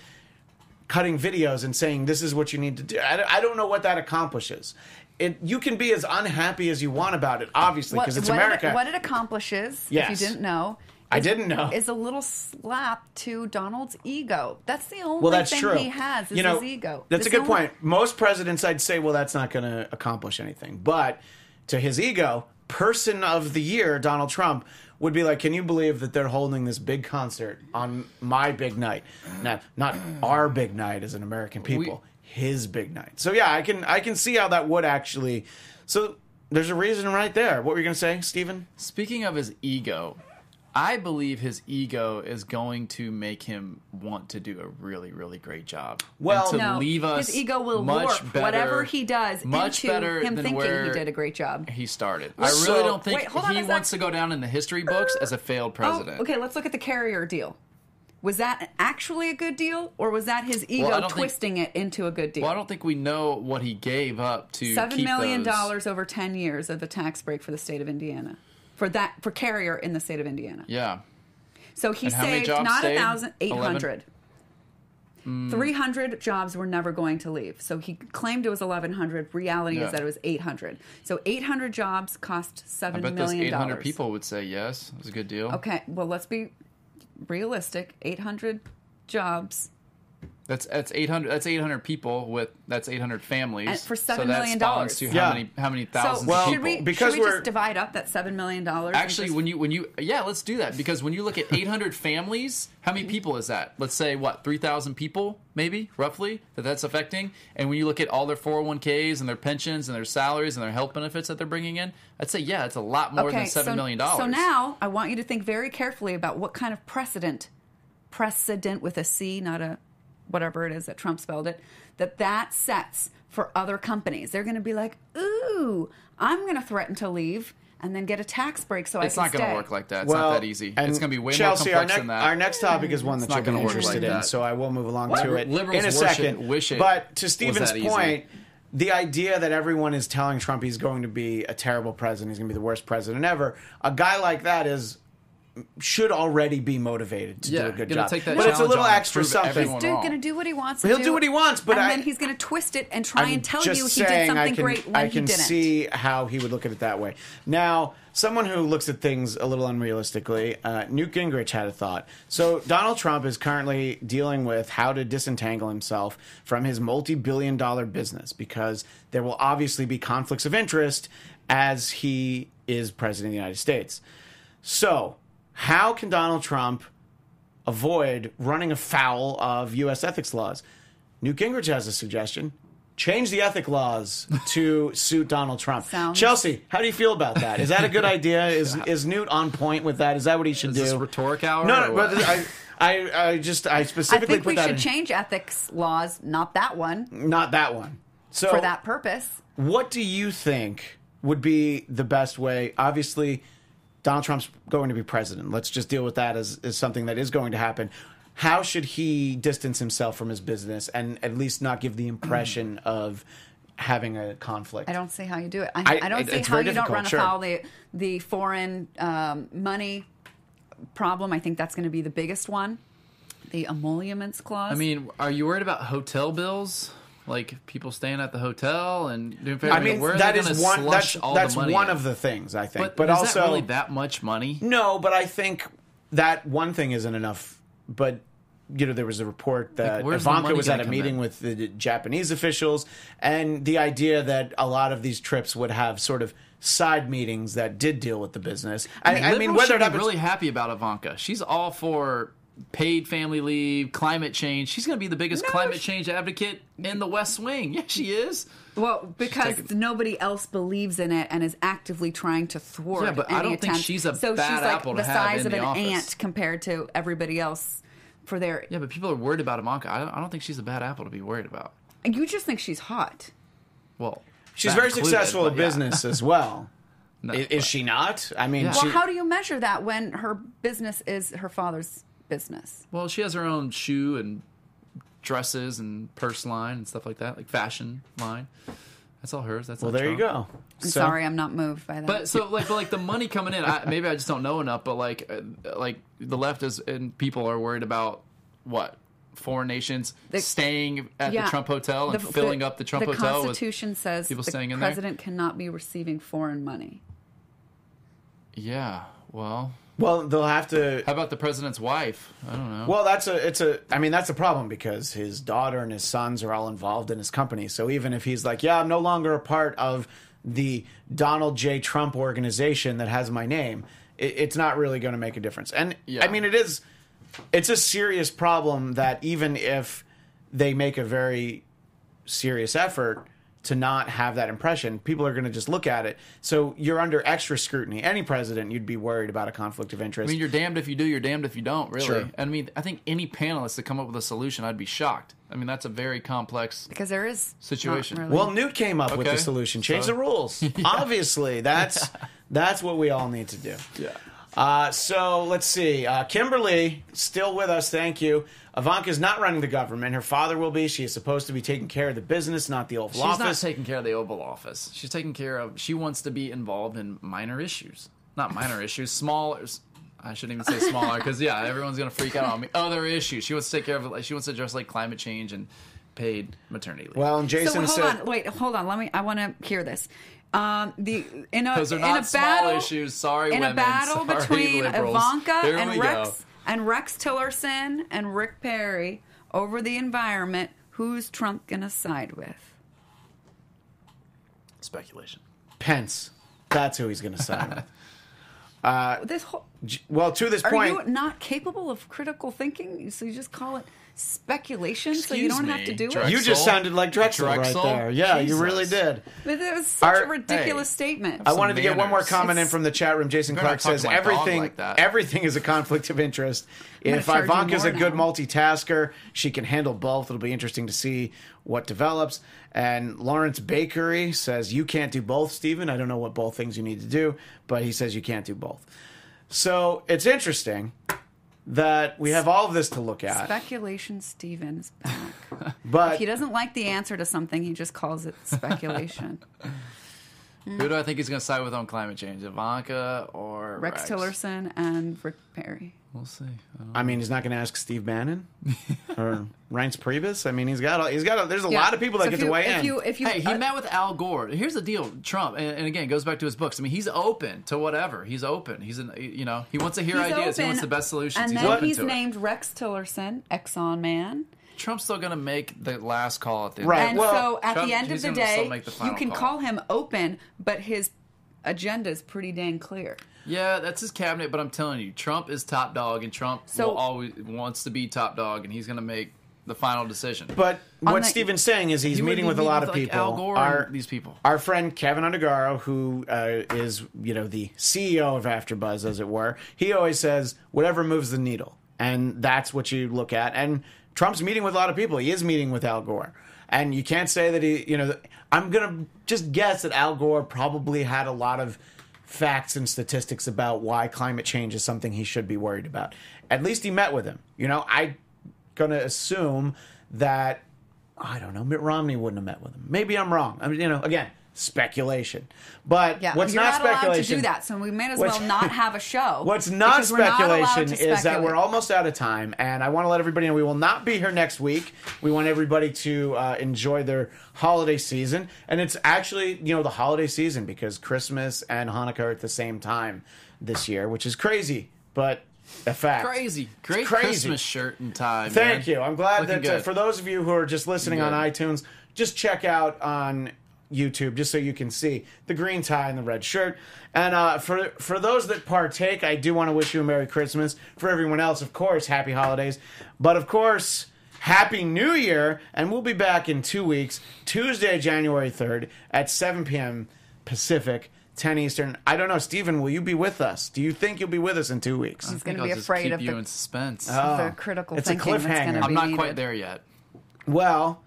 cutting videos and saying this is what you need to do. I, don't- I don't know what that accomplishes. It you can be as unhappy as you want about it, obviously, because it's
what
America.
It, what it accomplishes,
Yes.
if you didn't know,
I
is-
didn't know.
is a little slap to Donald's ego. That's the only
well, that's
thing
true.
he has is
you know,
his ego.
That's
It's
a
the
good
only-
point. Most presidents, I'd say, well, that's not going to accomplish anything. But to his ego, person of the year, Donald Trump would be like, can you believe that they're holding this big concert on my big night? Now, not our big night as an American people, his big night. So yeah, I can I can see how that would actually. So there's a reason right there. What were you going to say, Stephen?
Speaking of his ego, I believe his ego is going to make him want to do a really, really great job.
Well-
and to
No,
leave us
his ego will
much
warp
better,
whatever he does
much
into
better
him
than
thinking
where
he did a great job. Oh,
He started. I
So-
really don't think
Wait, hold on
he
a sec.
wants to go down in the history books as a failed president.
Oh, okay, let's look at the carrier deal. Was that actually a good deal, or was that his ego
Well, I don't think-
twisting it into a good deal?
Well, I don't think we know what he gave up to
Seven
keep
million
those-
dollars over ten years of a tax break for the state of Indiana, for that for carrier in the state of Indiana.
Yeah.
So he
And how many
saved
jobs
not
stayed?
a thousand eight
11?
hundred. Mm. Three hundred jobs were never going to leave. So he claimed it was eleven hundred. Reality
Yeah.
is that it was eight hundred. So eight hundred jobs cost
I
seven
bet
million
those 800
dollars.
people would say yes. It was a good deal.
Okay, well let's be realistic. Eight hundred jobs
That's that's 800 that's 800 people with that's 800 families.
And for
so
seven
that
million
spawns
dollars.
to
Yeah.
how many how many
So
thousands of
Well,
should
people.
we
because
should we
we're-
just divide up that seven million dollars? and
Actually,
just-
when you when you yeah, let's do that because when you look at 800 families, how many people is that? Let's say what 3,000 people, maybe roughly that that's affecting. And when you look at all their 401ks and their pensions and their salaries and their health benefits that they're bringing in, I'd say yeah, it's a lot more than seven
so,
million
So
dollars.
now I want you to think very carefully about what kind of precedent, precedent with a C, not a whatever it is that Trump spelled it, that that sets for other companies. They're going to be like, ooh, I'm going to threaten to leave and then get a tax break so
it's
I
not
can
going to
stay.
work like that. It's
Well,
not that easy.
and
It's going to be way
Chelsea,
more complex
our next,
than that.
Our next topic is one that you'll
not
be
gonna work
interested
like
in,
that.
so I will move along to
Liber-
it in
liberals
a
worship-
second.
wish it
but to
was
Stephen's
that easy.
point, the idea that everyone is telling Trump he's going to be a terrible president, he's going to be the worst president ever. A guy like that is should already be motivated to do
Yeah,
a good
gonna
job.
take that
but it's a
challenge
little
on and
extra
prove
something.
everyone
Dude,
wrong.
gonna do what he wants. to
He'll do what he wants, but
and
I-
then he's gonna twist it and try and tell you
just
he did
saying I
something
can,
great when
I can
he didn't.
see how he would look at it that way. Now, someone who looks at things a little unrealistically, uh, Newt Gingrich had a thought. So, Donald Trump is currently dealing with how to disentangle himself from his multi billion dollar business because there will obviously be conflicts of interest as he is president of the United States. So, how can Donald Trump avoid running afoul of U.S. ethics laws? Newt Gingrich has a suggestion. Change the ethic laws to suit Donald Trump.
Sounds-
Chelsea, how do you feel about that? Is that a good idea? Is is Newt on point with that? Is that what he should
Is
do?
this rhetoric hour
No,
or
no
what?
but I, I, I just I
I
specifically
think
put
we
that
should
in-
change ethics laws, not that one,
not that one. So
for that purpose.
what do you think would be the best way? Obviously, Donald Trump's going to be president. Let's just deal with that as, as something that is going to happen. How should he distance himself from his business and at least not give the impression of having a conflict?
I don't see how you do it. I,
I-
I, don't
it-
see
it's
how
very
you don't
difficult,
run
sure.
afoul the the foreign um, money problem. I think that's going to be the biggest one. The emoluments clause.
I mean, are you worried about hotel bills? Like people staying at the hotel and doing
I mean,
where are
that
they gonna
is one.
slush
That's,
all
that's
the money
one
at?
of the things I think.
But,
But,
is
also,
that really that much money?
no. But I think that one thing isn't enough. But you know, there was a report that
where's the
Ivanka
money
was at
gonna
a
come
meeting
in?
with the Japanese officials, and the idea that a lot of these trips would have sort of side meetings that did deal with the business. I, I mean,
Liberals
whether
should
or
be
not
really happy about Ivanka. She's all for paid family leave, climate change. She's going to be the biggest climate change advocate in the West Wing. Yeah, she is.
well, because nobody else believes in it and is actively trying to thwart.
Yeah, but I
any
don't think
attempt.
she's a
so
bad
she's like
apple to
the
have
size
in
of
the
an
office.
ant compared to everybody else for their.
Yeah, but people are worried about Ivanka. I don't, I don't think she's a bad apple to be worried about.
You just think she's hot.
Well,
she's
that
very
included,
successful
but
at
yeah.
business as well.
No,
I- is,
but-
she not? I mean,
Yeah.
she,
Well, how do you measure that when her business is her father's business?
Well, she has her own shoe and dresses and purse line and stuff like that, like fashion line. That's all hers. That's
well,
not
there you
Trump.
go.
I'm sorry, I'm not moved by that.
But so like, but like the money coming in, I, maybe I just don't know enough. But like, uh, like the left is and people are worried about what foreign nations
The-
staying at
Yeah.
the Trump hotel and
The-
filling up the Trump
the
hotel
Constitution says
people
the
staying in there?
president cannot be receiving foreign money.
with. Yeah. Well,
Well, they'll have to
how about the president's wife? I don't know.
Well, that's a it's a I mean that's a problem because his daughter and his sons are all involved in his company. So even if he's like, yeah, I'm no longer a part of the Donald J. Trump organization that has my name, it, it's not really going to make a difference. And
Yeah.
I mean, it is it's a serious problem that even if they make a very serious effort to not have that impression, people are going to just look at it. So you're under extra scrutiny. Any president, you'd be worried about a conflict of interest.
I mean, you're damned if you do, you're damned if you don't. Really.
Sure.
I mean, I think any panelist that come up with a solution, I'd be shocked. I mean, that's a very complex.
Because there is not
Situation.
really-
Well, Newt came up with the
Okay,
solution. Change
so-
the rules. Obviously, that's that's what we all need to do.
Yeah.
Uh, so let's see. Uh, Kimberly still with us. Thank you. Ivanka's not running the government. Her father will be. She is supposed to be taking care of the business, not the Oval
She's
Office.
not taking care of the Oval Office. She's taking care of. She wants to be involved in minor issues, not minor issues, small. I shouldn't even say smaller because yeah, everyone's gonna freak out on me. Other issues. She wants to take care of. Like she wants to address like climate change and paid maternity leave.
well, and
so
Jason
hold
said,
on, wait, hold on. Let me. I want to hear this. Um, the in a
those are
in
not
a
small
battle,
issues. Sorry,
in
women.
a battle
Sorry,
between
liberals.
Ivanka
Here we
and
go.
Rex and Rex Tillerson and Rick Perry over the environment. Who's Trump gonna side with?
Speculation.
Pence. That's who he's going to sign with.
This whole
J- Well, to this
Are
point,
you not capable of critical thinking? So you just call it speculation, so you
Excuse
don't have
me,
to do
Drexel.
you just sounded like Drexel,
Drexel?
right there. Yeah,
Jesus.
you really did.
it. But that was such a
Are-
ridiculous
hey,
statement.
I wanted to get one more
manners.
comment in
It's-
from the chat room. Jason
You better
Clark
not talk
says
to my dog
everything
like that.
everything is a conflict of interest. If
charge you
Ivanka's
more
a good
now.
multitasker, she can handle both. It'll be interesting to see what develops. And Lawrence Bakery says you can't do both, Stephen. I don't know what both things you need to do, but he says you can't do both. So it's interesting that we have all of this to look at.
speculation. Stevens back.
But
If he doesn't like the answer to something, he just calls it speculation. Mm.
Who do I think he's going to side with on climate change? Ivanka or
Rex, Tillerson and Rick Perry.
We'll see. I don't-
I mean, he's not going to ask Steve Bannon or Reince Priebus. I mean, he's got a, he's got a, there's a lot of people that
So
get
if
to
you-
weigh
if
in.
You, if you,
Hey, he
uh,
met with Al Gore. Here's the deal, Trump, and, and again, it goes back to his books. I mean, he's open to whatever. He's open. He's an, you know, he wants to hear
he's
ideas. he
open,
wants the best solutions.
And
he's
then
open
he's
to it.
named Rex Tillerson, Exxon man.
Trump's still going to make the last call at the end.
Right.
And
well,
so at
Trump-
the end of
he's
the
gonna still
day,
make the
you
final
can
call.
call him open, but his agenda is pretty dang clear.
Yeah, that's his cabinet. But I'm telling you, Trump is top dog, and Trump
So-
will always wants to be top dog, and he's going to make the final decision.
But what
the-
Steven's saying is he's
He would
meeting
be
with a
meeting
lot
with,
of
like,
people.
Al Gore and these people.
Our friend Kevin Undergaro, who uh, is you know the CEO of AfterBuzz, as it were, he always says whatever moves the needle, and that's what you look at. And Trump's meeting with a lot of people. He is meeting with Al Gore, and you can't say that he. You know, I'm gonna just guess that Al Gore probably had a lot of facts and statistics about why climate change is something he should be worried about. At least he met with him. You know, I gonna assume that I don't know. Mitt Romney wouldn't have met with him. Maybe I'm wrong. I mean, you know, again, speculation. But
Yeah,
what's
you're
not,
allowed
speculation?
to do that, so we may as
What's-
well not have a show.
What's not
because we're not allowed
speculation
to
is that we're
speculate.
almost out of time, and I want to let everybody know we will not be here next week. We want everybody to uh, enjoy their holiday season, and it's actually you know the holiday season because Christmas and Hanukkah are at the same time this year, which is crazy, but a fact.
crazy, great
crazy.
Christmas shirt and tie.
Thank
man.
you. I'm glad
Looking
that uh,
good.
for those of you who are just listening on
Good.
iTunes, just check out on YouTube just so you can see the green tie and the red shirt. And uh, for for those that partake, I do want to wish you a Merry Christmas. For everyone else, of course, Happy Holidays. But of course. Happy New Year, and we'll be back in two weeks, Tuesday, January 3rd at 7 p.m. Pacific, 10 Eastern. I don't know, Stephen, will you be with us? Do you think you'll be with us in two weeks?
He's
I think
going to
I'll
be
just
afraid
keep
of
you
the, Oh,
in suspense.
the critical
Oh, it's a
thinking that's going
cliffhanger.
to be
I'm
I'm not
needed.
quite there yet.
Well,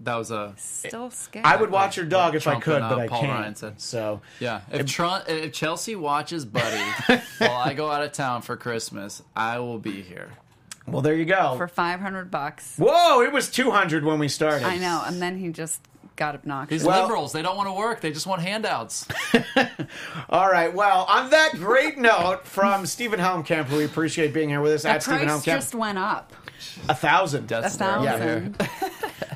That was a
Still scared.
I would watch your dog if
Trump
I could,
and, uh,
but I
Paul
can't.
Ryan said.
So
yeah. If Trump, if Chelsea watches Buddy while I go out of town for Christmas, I will be here.
well, there you go.
for five hundred bucks.
Whoa, it was 200 when we started.
I know, and then he just got obnoxious.
These
Well-
liberals, they don't want to work. They just want handouts.
All right. Well, on that great note from Stephen Helmkamp, who we appreciate being here with us
the
at Stephen
price
Helmkamp,
just went up.
a thousand.
A
That's terrible.
thousand.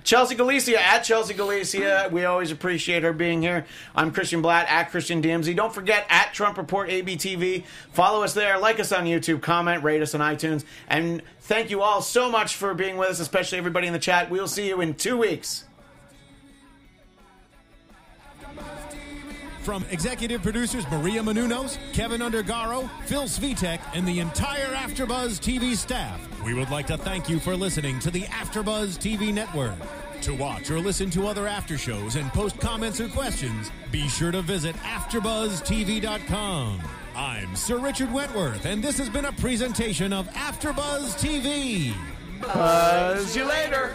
Chelsea Galicia at Chelsea Galicia. We always appreciate her being here. I'm Christian Blatt at Christian DMZ. Don't forget at Trump Report ABTV. Follow us there, like us on YouTube, comment, rate us on iTunes, and thank you all so much for being with us, especially everybody in the chat. We'll see you in two weeks.
From executive producers Maria Menunos, Kevin Undergaro, Phil Svitek, and the entire AfterBuzz TV staff, we would like to thank you for listening to the AfterBuzz TV network. To watch or listen to other after shows and post comments or questions, be sure to visit AfterBuzzTV.com. I'm Sir Richard Wentworth, and this has been a presentation of AfterBuzz TV.
See you later.